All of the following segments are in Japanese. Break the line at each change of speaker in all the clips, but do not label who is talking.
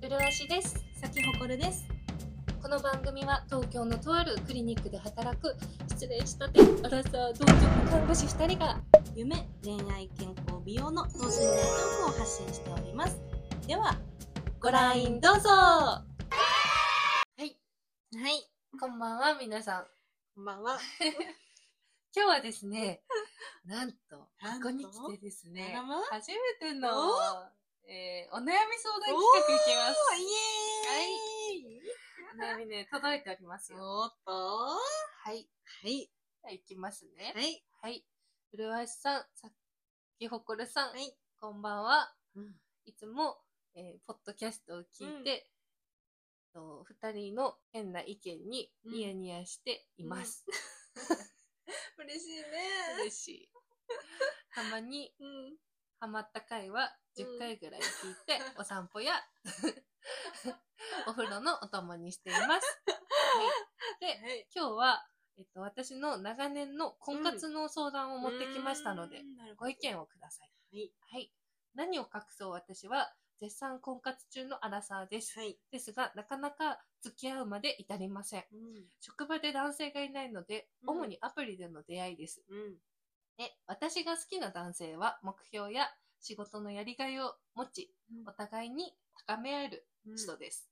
プルアシです
咲ほこるです。
この番組は東京のとあるクリニックで働く失礼したてアラサー同居看護師2人が
夢、恋愛、健康、美容の等身大トークを発信しております。では、
ご覧どうぞはい
はい、
こんばんは皆さん
こんばんは。
今日はです ねなんと
なんと
ここに来てですね
あらま
初めての
お、
えーお悩み相談企画いきます
イエーイ、
お悩みね届いておりますよ
おっとは
はい
い、
じゃあいきますね
はい、
はい。うるわしさん、さっきほこるさん、
はい
こんばんは。
うん
いつも、えーポッドキャストを聞いて、と二人の変な意見に
うん
ニヤニヤしています。
嬉しいね。
嬉しい。たまに
うん、
ハマった回は10回ぐらい聞いて、お散歩や お風呂のお供にしています。はいで、
い、
今日は、えっと、私の長年の婚活の相談を持ってきましたので、
うん、なるほ
ご
ど
意見をください。
はい、
はい。何を隠そう私は絶賛婚活中のアラサーです。
はい、
ですが、なかなか付き合うまで至りません。
うん、
職場で男性がいないので、
うん
主にアプリでの出会いです。
うん、
で、私が好きな男性は目標や仕事のやりがいを持ち、お互いに高め合える
うん
人です。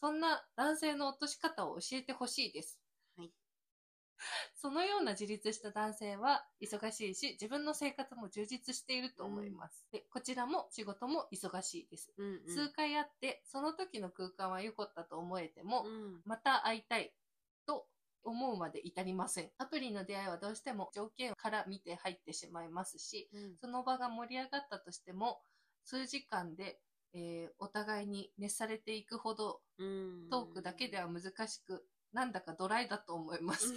そんな男性の落とし方を教えてほしいです。
はい
そのような自立した男性は忙しいし、自分の生活も充実していると思います。で、こちらも仕事も忙しいです。
うん、うん、
数回会って、その時の空間は良かったと思えても、
うん、
また会いたいと思うまで至りません。アプリの出会いはどうしても条件から見て入ってしまいますし、
うん、
その場が盛り上がったとしても、数時間で、えーお互いに熱されていくほど、
うん
トークだけでは難しく、なんだかドライだと思います。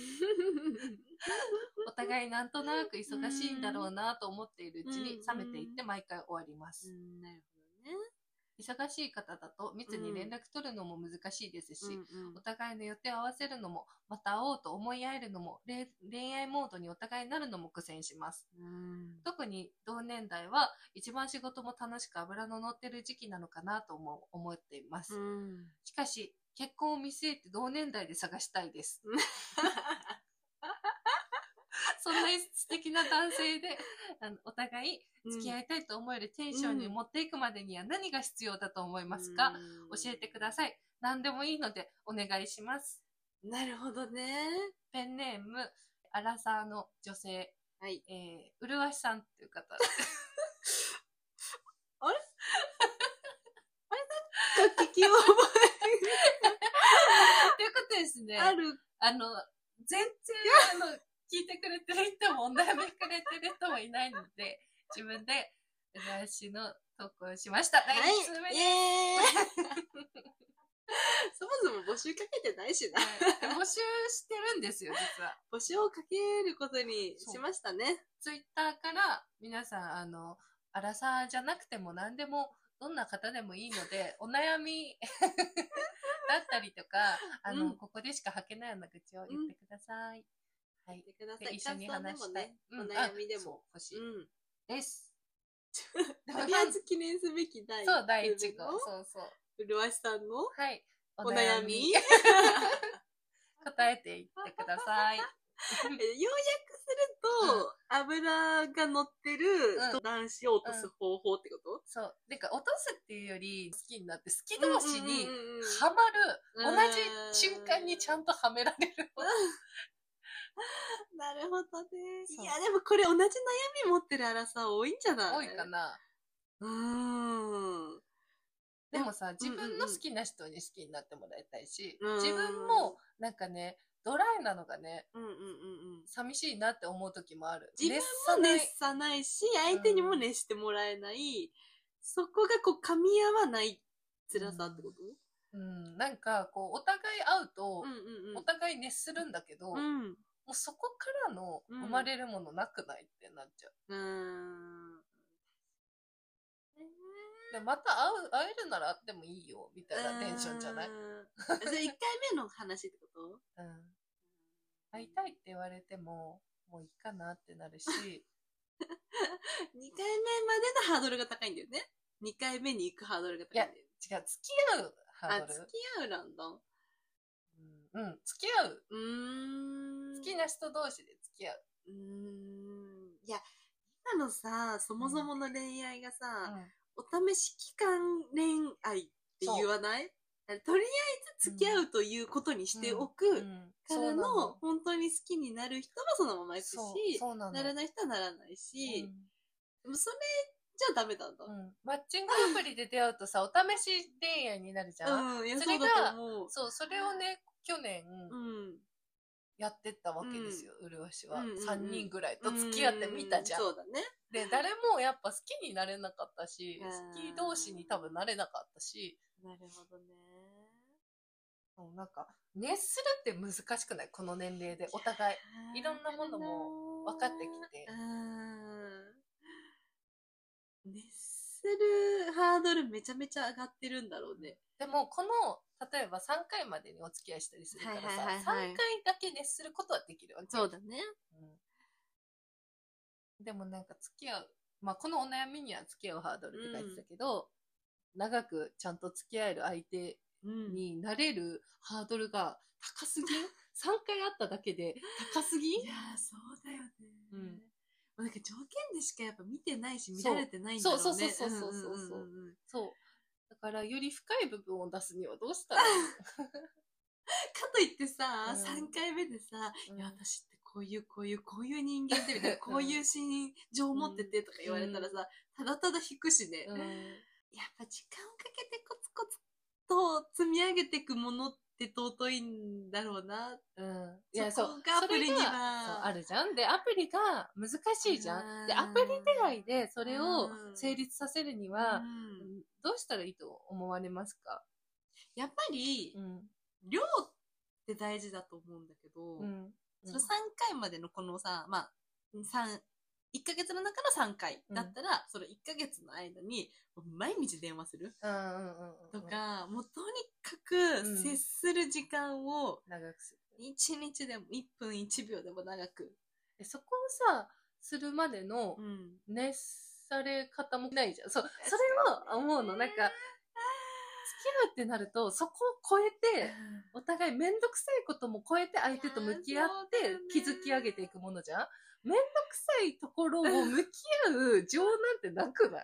お互いなんとなく忙しいんだろうなと思っているうち
う
に
ん
冷めていって毎回終わりま
う
す。
ん、なる
忙しい方だと密に連絡取るのも難しいです
ほどね。
し、
うんうん
お互いの予定を合わせるのも、また会おうと思い合えるのも、れ恋愛モードにお互いになるのも苦戦します。
うん
特に同年代は一番仕事も楽しく脂の乗ってる時期なのかなとも思っています。
うん
しかし、結婚を見据えて同年代で探したいです。 そんな素敵な男性で、 あのお互い 付き合いたいと思えるテンションに持っていくまでには何が必要だと思いますか、教えてくだ
い。
さい。何でもいいのでお願いします。
なるほどね。
ペンネーム、アラサーの女性、
はい。
えー、うるわしさんという 方。
聞き覚
ということでですね。
えある。
あの、全然、あの、聞いてくれてる人も、お悩みくれてる人もいないので、自分で、来週の投稿をしました。
はい
第一通目。
イ
に
エーイ そもそも募集かけてないしな。
募集してるんですよ、実は。
募集をかけることにしましたね。
ツイッターから、皆さん、あの、アラサーじゃなくても何でも、どんな方でもいいので、 お悩みだったりとか、あの、
うん
ここでしか吐けないような愚痴を言ってください。はい。
言ってくださ
で
い。
一緒に
感想
話
でも
したい
ね。、お悩みで
うんあ
も。
そう欲しい。
うん。
です。 でも
とりあえず記念すべき第一
そう、第一
部
号
の。
そうそう。
うるわしさんの
はい。
お 悩み。
お答えていってください。
要約すると、油が乗ってる
う
男子を落とす方法ってこと
そう。なんか、落とすっていうより、好きになって、好き同士に
うんうんうんうん
はまる。
う
同
ん
じ瞬間にちゃんとはめられる。
なるほどね。
そ
いうや、でもこれ同じ悩み持ってる荒さ多いんじゃない
多いか。な。
うーん。
でもさ、自分の
うんうん
好きな人に好きになってもらいたいし、
うん
自分も、なんかね、ドライなのがね、
うんうんうんうん。
寂しいなって思う時もある。
自分
熱さない
熱さないし、相手にも熱してもらえない。そこがこう噛み合わない辛さってこと
うん、なんか、こう、お互い会うと
うん、
お互い熱するんだけど、
うんうん。うん。
もうそこからの
うん
生まれるものなくないってなっちゃう。
うーん。え
でまた会う会えるなら会ってもいいよみたい
ー、
なテンションじゃないう
ーんそれ1回目の話ってこと
うん、会いたいって言われてももういい かなってなるし
2回目までのハードルが高いんだよね。 2回目に行くハードルが高い。
いや違う、付き合うハー
あ、
ドル
付。き合うなんだ。う
うん、うん付き合う。
ーん。
好きな人同士で付き合う。
うーん。いや、今のさ、そもそもの恋愛がさ、お試し期間恋愛って言わないあとりあえず付き合うということにしておく
うんうん
か
そうな
らの、本当に好きになる人はそのまま行くし
そう、そうなの。
なら
な
ない人はならないし、でもそれじゃダメなんだ。
うん、マッチングアプリで出会うとさ、お試し恋愛になるじゃん。
うん、いや、
そ
そ
れ
う
が
だと思う。
そう、それをね、去年
うん。
やってったわけですよ、うるわしは
うんうんう。ん
3人ぐらいと付き合ってみたじゃん
う。そうだね。
で、誰もやっぱ好きになれなかったし、
うん
好き同士に多分なれなかったし、
なるほどね。
もうなんか、熱するって難しくないこの年齢で、お互い。いろんなものも分かってきて
うん。熱するハードルめちゃめちゃ上がってるんだろうね。
でも、この、例えば3回までにお付き合いしたりするからさ、
はいはいはい
3
はい
回だけ熱することはできるわけ。
そうだね。
うんでもなんか付き合う、まあ、このお悩みには付き合うハードルって書いてたけど、長くちゃんと付き合える相手
うんい
になれるハードルが高 すぎん3回あっただけで高すぎん
やー、そうだよね。
うん
もうなんか条件でしかやっぱ見てないし、見
そう
られてないんだろうね。
そうそうそうそうそうそうん
んんん
そうだからより深い部分を出すにはどうしたらい
かといって
う
さ、
ん
三3回目でさ、
い
い
の
や、私ってこういう、こういう、こういう人 間で、みたいな、こういう心情を持っててとか言われたらさ、ただただ引くしね、
うん
やっぱ時間をかけてコツコツと積み上げていくものって尊いんだろうな。
うんいや
そ
そ
こ
う
が
それ
アプリには
そうあるじゃんでアプリが難しいじゃんでアプリ以外でそれを成立させるに
は、
は、
うん
どうしたらいいと思われますか、
やっぱり、
ん
量って大事だと思うんだけど、
うん、
その3回までのこのさ、まあ、三1ヶ月の中の3回だったら、その1ヶ月の間に、もう毎日電話する
うんうんうんうん
とか、もうとにかく接する時間を、
長くする
1日でも1分1秒でも長く。
えそこをさするまでの
うん。
熱され方もないじゃんそうそれは思うのなんか付き合うってなるとそこを超えてお互い面倒くさいことも超えて相手と向き合っ
いやー
て
そうだよね
築き上げていくものじゃん面倒くさいところを向き合う情なんてなくな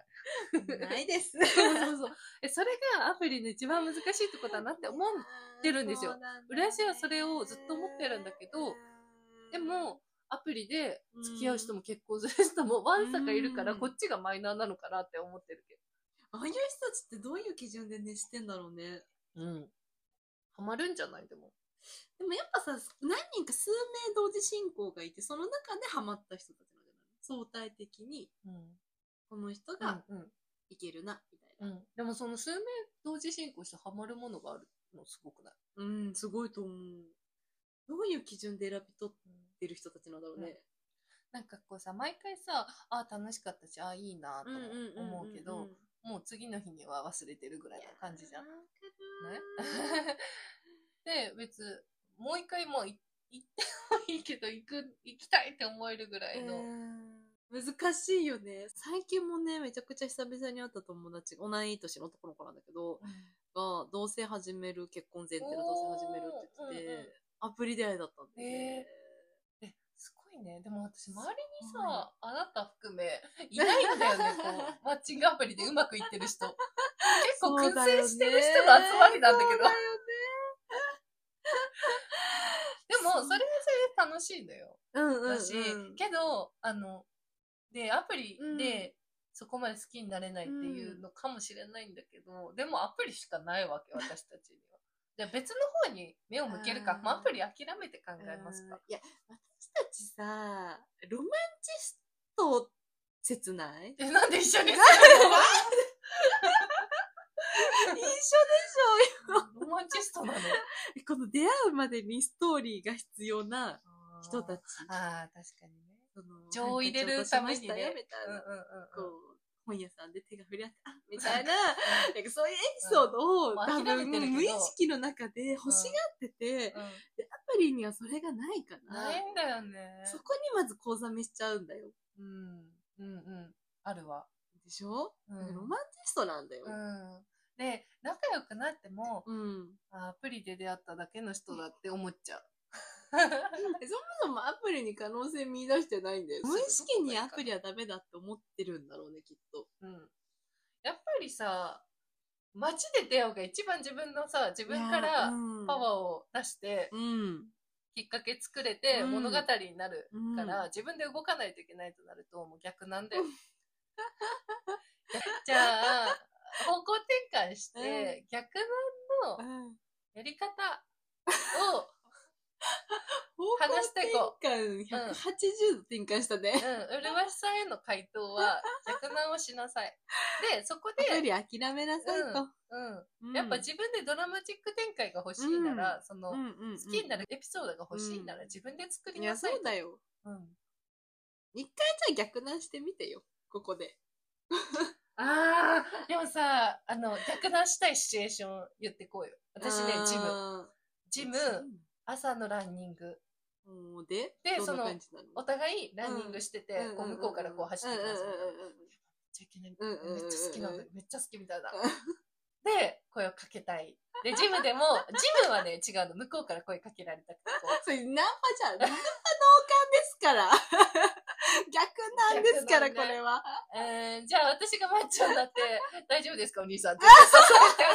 い
ない です。
そうそうそうえそれがアプリの一番難しいとこだなって思うのてるんですよ
そうなんだね。
浦安はそれをずっと思ってるんだけど
うん
でも、アプリで付き合う人も結婚する人もわんさかいるから、
うん
こっちがマイナーなのかなって思ってるけ
ああいう人たちってどういう基準で熱してんだろうね。
ど。うん。ハマるんじゃないでも。
でもやっぱさ、何人か数名同時進行がいて、その中でハマった人たちなんじゃない相対的に、
うん。
この人が
うん。
いけるな、みたいな。
うん。でもその数名同時進行してハマるものがあるのすごくない
うん、すごいと思う。どういう基準で選び取ってる人たちなんだろうね。
なんかこうさ、毎回さ、あー楽しかったし、あーいいなと
うんうんうんうんうん
思うけど、、もう次の日には忘れてるぐらいな 感じじゃん。
い
ね
やー。わかる
で、別、もう一回もうい行ってもいいけど、行く、行きたいって思えるぐらいの。
うん難しいよね。最近もね、めちゃくちゃ久々に会った友達、同い年の男の子なんだけど、が、同棲始める、結婚前提の同棲始めるって言ってて、
おーうんうん
アプリ出会いだったんだよ
へ
ね。
えすごいね。でも私、周りに
すごい
さ、あなた含め、いないんだよね、こ う。マッチングアプリでうまくいってる人。結構
そう
燻
だよね
製してる人の集まりなんだけど。
そうだよね
でも、それはそれで楽しいのよ。
うんうん、うん。
だし、けど、あの、で、アプリ
うん
で、そこまで好きになれないっていうのかもしれないんだけど、でもアプリしかないわけ、私たちに は。じゃあ別の方に目を向けるか
あ、ー
まあ、アプリ諦めて考えます
うん
か。
いや、私たちさ、ロマンチスト切ない
え、なんで一緒にするの
一緒でしょ
ロマンチスト なの
この出会うまでにストーリーが必要な人たち。
ああ、確かにね。
その
情を入れるためにね
なんかちょっとしましたよみたい
うんう
な。
ん
こ
うんうん。
う、本屋さんで手が触れ合って、あ、みたい な、なんかそういうエピソードを、
うんまあ
多
諦め
分
てるけど
無意識の中で欲しがってて、
う
でアプリにはそれがないか
ん、
ら、
ないんだよね。
そこにまず口座めしちゃうんだよ。
うん。うんうん。あるわ。
ででしょ、
う
だからロ
ん
マンチストなんだよ。
うんで仲良くなっても
うん。
あアプリで出会っただけの人だって思っちゃう。
えそもそもアプリに可能性見出してないんだよ。
そう
無意識にアプリはダメだって思ってるんだろうね、きっと。
うん、やっぱりさ街で出会うが一番自分のさ自分か
いや
ら
うん
パワーを出して
うん。
きっかけ作れて
うん
物語になる
うん
から、自分で動かないといけないとなるともう逆なんだよ。 じゃあ方向転換して逆
う
の
ん
やり方を、
方
話していこ
向転換180度転換したね。
うん、うるわしさんへの回答は逆難をしなさい。でそこ
アプ
で、
リ諦めなさいと。
うん、
うん
やっぱ自分でドラマチック展開が欲しいなら、その、
うんうんうん
好きになるエピソードが欲しいなら
うん
自分で作り
い
な
や、
さ
そ
いと。
うだよ。
うん
一回じゃあ逆難してみてよ。ここで。
ああ、でもさ、あの、逆断したいシチュエーション言ってこうよ。私ね、ジム。
ム。
ジム、朝のランニング。
ム。もうで、
で
どんな
その
感じなの
お互いランニングしてて、こう向こうからこう走ってきますみたいな。めっちゃいけない。
うんうんうんうん
めっちゃ好きなんだ。めっちゃ好きみたいな
う。
で、声をかけたい。で、ジムで も、ジムはね、違うの。向こうから声かけられたくて、こう
それナンパじゃん。ナンパ同感ですから。逆なんですから、
逆な
こ
んね
れは。
えー、じゃあ私がマッチョにな って、大丈夫ですかお兄さんって言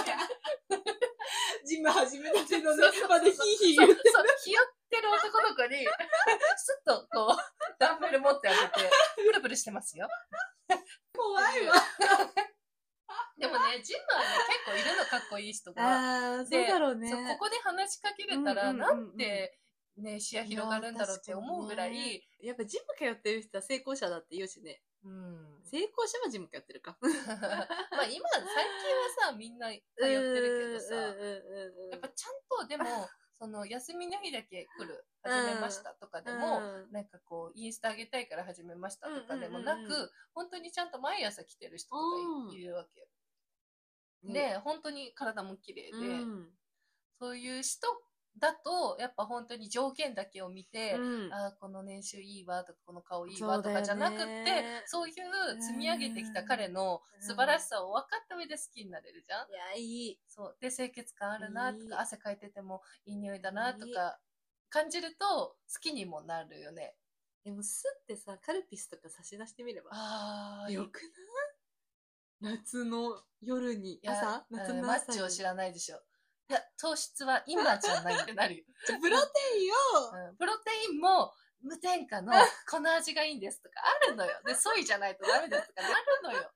って。
ジム始めたけどね
そうそうそ、う
まだヒーヒー
そう
言う。
そう、ひよってる男の子に、すっとこう、ダンベル持ってあげて、ブルブルしてますよ。
怖いわ。
でもね、ジムはね、結構いるの、かっこいい人が。
あ
で
あ、そうだろうね。
そうここで話しかけれたら、
うんうんうん
な
うん
んて、ね、視野広がるんだろうって思うぐら
いやー
い、
やっぱジム通ってる人は成功者だって言うしね。
うん。
成功者はジム通ってるか。
まあ今、最近はさ、みんな通ってるけどさ、
うんうんうんうん
やっぱちゃんと、で も、その、休みの日だけ来る、始めましたとかでも、
うん
なんかこう、インスタ上げたいから始めましたとかでもなく、
うんうんうんうん
本当にちゃんと毎朝来てる人と
うん
かいいるわけよ。で、本当に体も綺麗で、
うん
そういう人だと、やっぱ本当に条件だけを見て、
うん
ああ、この年収いいわとか、この顔いいわとかじ
そ
ゃ
うだよね
なくって、そういう積み上げてきた彼の素晴らしさを分かった上で好きになれるじゃん、
いや、いい。
そう。で、清潔感あるなと
いい
か、汗かいててもいい匂いだなと
いい
か、感じると好きにもなるよね。
でも、すってさ、カルピスとか差し出してみれば。
ああ、
よくない夏の夜に、
いや
朝
うん
夏の朝に。
マッチを知らないでしょ。いや、糖質は今じゃないってなるよ。
じゃあプロテインを、
うん、プロテインも無添 加のこの味がいいんですとかあるのよ。で、ソイじゃないとダメですとかなるの よ。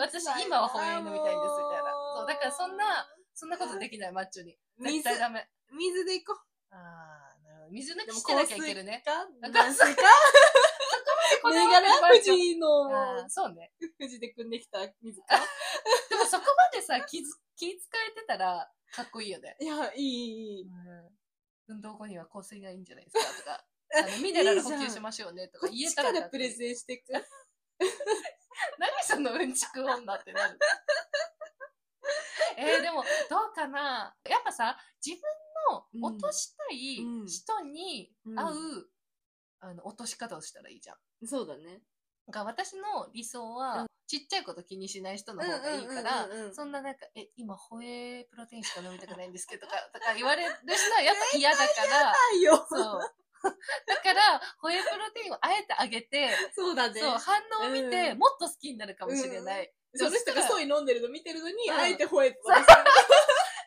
私今はホエイ飲みたいんですみたいなそうだからそんなそんなことできない、マッチョに。絶
水
対、ダメ。
水でいこ
あーなるほど水抜
う。
きしてなきゃいけるね。
で
な
も
ん
香
か
水か軟水か
こだわって
メガラ
マッ
富
チョ
士の、
あーそうね。
富士で汲んできた水か。
でもそこまでさ、気づ気遣えてたらかっこいいよね。
いや、いい、いい。
うん、運動後には香水がいいんじゃないですかとか。あのミネラル補給しましょうねと か
こっ
言え
ち
たら
からプレ
ン
ゼンしてく。
何そのうんちく女ってなる えー、でもどうかなやっぱさ自分の落としたい
うん
人に合う、
う
あの落とし方をしたらいいじゃん。
そうだね。
が私の理想は、ちっちゃいこと気にしない人の方がいいから、
うんうんうんうんうん
そんななんか、え、今、ホエープロテインしか飲みたくないんですけど、とか、 とか言われる人はやっぱ嫌だから、
ないよ。
そう。だから、ホエープロテインをあえてあげて、
そうだね。
そう、反応を見て、
うん
もっと好きになるかもしれない。
その人がソイ飲んでるの見てるのに、あえて吠えて
そう
た。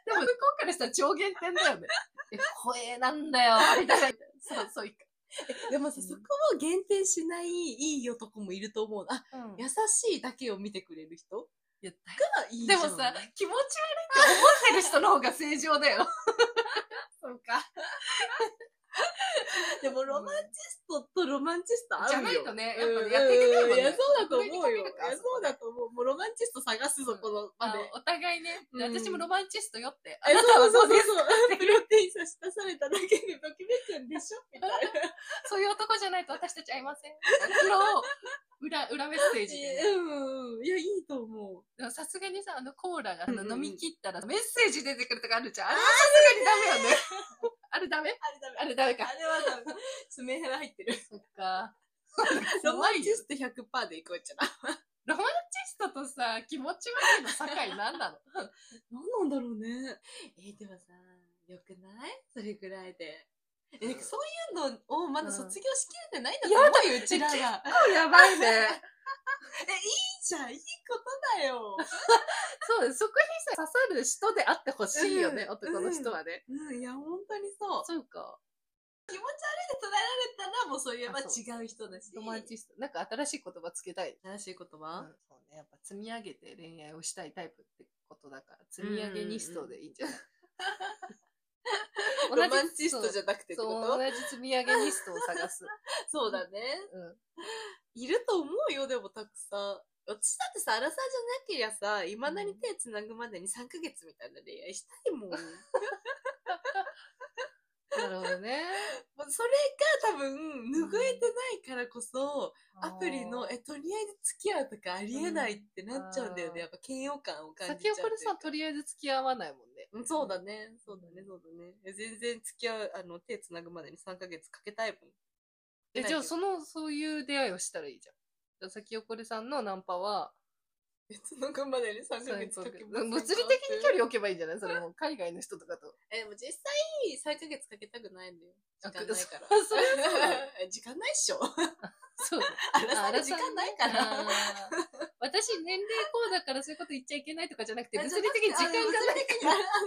でも、向こうからしたら超減点だよ ね。え、ホエーなんだよ、みたいな。そう、そうい
でもさ、
うん
そこを限定しないいい男もいると思うの。あ、
う。うん。
優しいだけを見てくれる人が
言った
いいじ
で
ゃん
もさ、気持ち悪いって思ってる人の方が正常だ よ。そうか。
でもロマンチストとロマンチスト合うよ。
じゃないとね
うん
やっぱねやっていけないもんね
いや、そうだと思うよ。い
これにかけるか
や、そうだと思う。もうロマンチスト探すぞ、この場
あ
で。
お互いね、
うん
私もロマンチストよって。あ
え、
なた
そう
はそ
そ
うう
そう
で
そ
す。
う。プロテイン差し出されただけでときめくんでしょみたいな。
そういう男じゃないと私たち会いません。プロを裏、裏メッセージでね、
うんうん。いや、いいと思う。
でもさすがにさ、あのコーラが、あ
う
の
んうん
飲み切ったらメッセージ出てくるとかあるじゃん。あれはさすがにダメよね。 あれダメ
あれダメ。
あれダメか
あ。れはダメ。爪ヘラ入ってる。
そっか。
ロマ
怖
ン
い
チ
よ
スト100%でいこうじゃな。
ロマンチストとさ、気持ち悪いの境何 なの
何なんだろうね。えーでもさ、よくないそれぐらいで。え、なんかそういうのをまだ卒業しきれてないんだと思うよ、うちらが。
やばいね。
え、いいじゃんいいことだよ。
そうです。そこにさ、刺さる人であってほしいよね、
うん
男の人はね。
うん、いや、本当にそう。
そうか。
気持ち悪いで捉えられたら、もうそれは
あそ
違う人だし。
ロマンチスト。なんか新しい言葉つけたい。
新しい言
う
葉
んそうね。やっぱ積み上げて恋愛をしたいタイプってことだから、積み上げニストでいいんじゃない、
ロマンチストじ
ゃ
ゃなくてってこ
そう、
と
同じ積み上げニストを探す。
そうだね。
うん。
いると思うよ、でもたくさん。私だってさ、アラサーじゃなきゃさ、いまだに手つなぐまでに3ヶ月みたいな恋愛したいもん。もう
なるほど ね。
それが多分、拭えてないからこそ、アプリの、え、とりあえず付き合うとかありえないってなっちゃうんだよ
うん
ね。やっぱ嫌悪感を感じちゃ
先
う
送
という
り
か。
さん、とりあえず付き合わないもんね。
うんそうだね、そうだね、そうだね。え全然付き合う、あの、手つなぐまでに3ヶ月かけたいもん。
え、
ない
じゃあ
けど
その、そういう出会いをしたらいいじゃん。じゃあ先送りさんのナンパは、
手つなぐまでに3ヶ
物理
月か
的
け
に
ませんか
距離置けばいいんじゃないそれもう海外の人とかと。
え、でも実際、3ヶ月かけたくないんだよ。時間ないから。
あそ
え 時間ないっしょ。
そう。
あらさ時間ないか
あ
ら。
ー私年齢こうだからそういうこと言っちゃいけないとかじゃなくて、
あ
物理的に時間がない。
いから。あらさ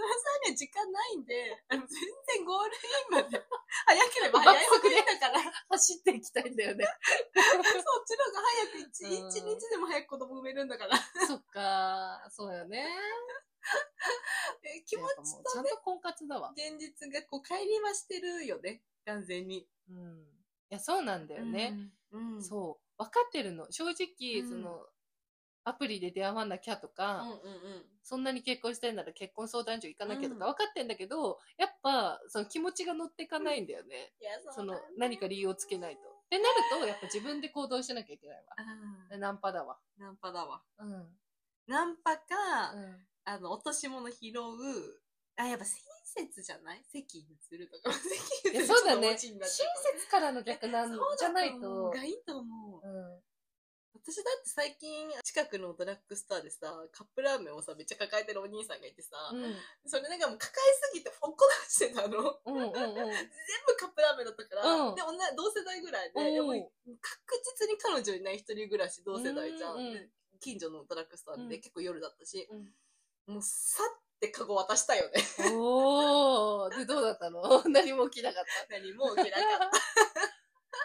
ね、時間ないんで、あの全然ゴールインまで、 早ければ早いほどいいんだから。
走っていきたいんだよ ね。
そっちの方が早く一、
うん
一日でも早く子供産めるんだから。
そっか、そうよね。
え気持
やっぱ
ち
もうち
と
ゃん
ね、
と婚活だわ。
現実がこう、乖離はしてるよね。完全に。
うん。いや、そうなんだよね。
うん。うん。う。
そう。分かってるの。正直、
うん
その、アプリで出会わなきゃとか、
うんうんうん。
そんなに結婚したいなら結婚相談所行かなきゃとか
う
分かってんだけど、やっぱ、その気持ちが乗っていかないんだよね。
いや、
そ
だ
の
ね
何か理由をつけないと。っ。てなると、やっぱ自分で行動しなきゃいけないわ。
うん。
ナンパだわ。
ナンパだわ。
うん。うん。
ナンパか、あの、落とし物拾う、あ、やっぱ親切じゃない席譲るとか。 席
いや
譲る
そうだ
ちょっとお
ね。
家
親切
になっちゃう
からの逆なん
そうだ
じゃない
思う
と。
がいいと思う。
うん。
私だって最近、近くのドラッグストアでさ、カップラーメンをさ、めっちゃ抱えてるお兄さんがいてさ、それなんかもう抱えすぎてほっこらしてたの。
うん。うん。うん。
全部カップラーメンだったから、
うん
で、女、同世代ぐらいで、
うん
もう確実に彼女いない一人暮らし同世代じゃん。
うんうん
で近所のドラッグストア
うん
で結構夜だったし、
うん
もうさってカゴ渡したよね。
うん。おー。で、どうだったの 何も起きなかっ。
何も起きなか っ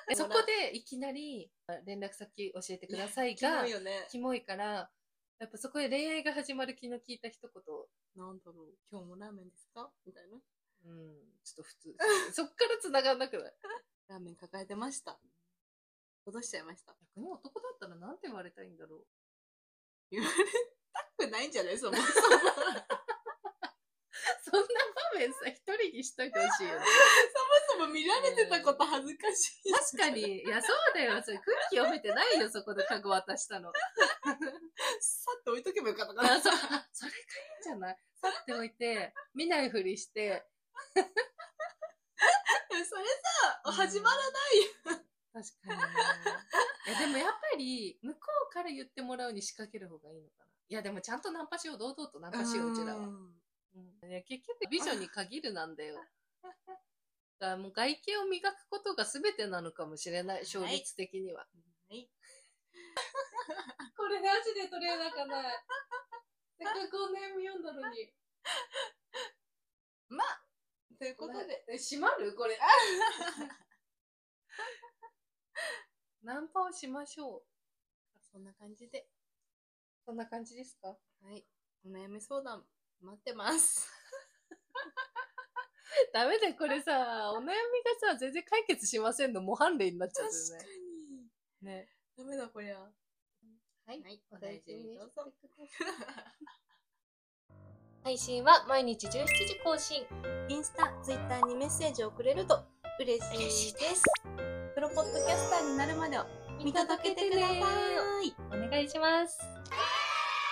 た
そこで、いきなり、あ連絡先教えてください
た。
が
キモい、よね。
キモいから、やっぱそこで恋愛が始まる気の利いた一言を
なんだろう、今日もラーメンですかみたいな。
うん。ちょっと普通。 そっから繋がんなくない
ラーメン抱えてました。戻しちゃいました。
逆に男だったらなんて言われたいんだろう。
言われたくないんじゃないその。
そんな場面さ、一人にしといてほしいよね。
そもそも見られてたこと恥ずかしい。
確かに。。いや、そうだよ。それ空気読めてないよ、そこで家具渡した の。
さって置いとけばよかったか
あ、
な。
そ、あ、それがいいんじゃない去っておいて、見ないふりして。
それ
うん
さ、始まら
確かに。いや、でもやっぱり、向こうから言ってもらうに仕掛ける方がいいのかな。いや、でもちゃんとナンパしよう、堂々とナンパしよう、うちらは。うんいや、結局、美女に限るなんだ よ。だからもう外見を磨くことが全てなのかもしれない、勝率的には。
はい。
これマジで取れなか ない。せっかくお悩み読んだのに。
まあ、ということで。
え、閉まる これ。ナンパをしましょう。
そんな感じで。
そんな感じですか
はい。お悩み相談、待ってます。
ダメだよ、これさ、お悩みがさ、全然解決しませんの模範例になっちゃう
確
ん
か
だよ
に。
ね。ね。
ダメだ、こりゃ。はい。
お
お
大
大
事
事
に
に
ど
ど
う
うぞ。
配信は毎日17時更新。
インスタ、ツイッターにメッセージをくれると嬉しいです。プロポッドキャスターになるまでを見届けてください。
お願いします。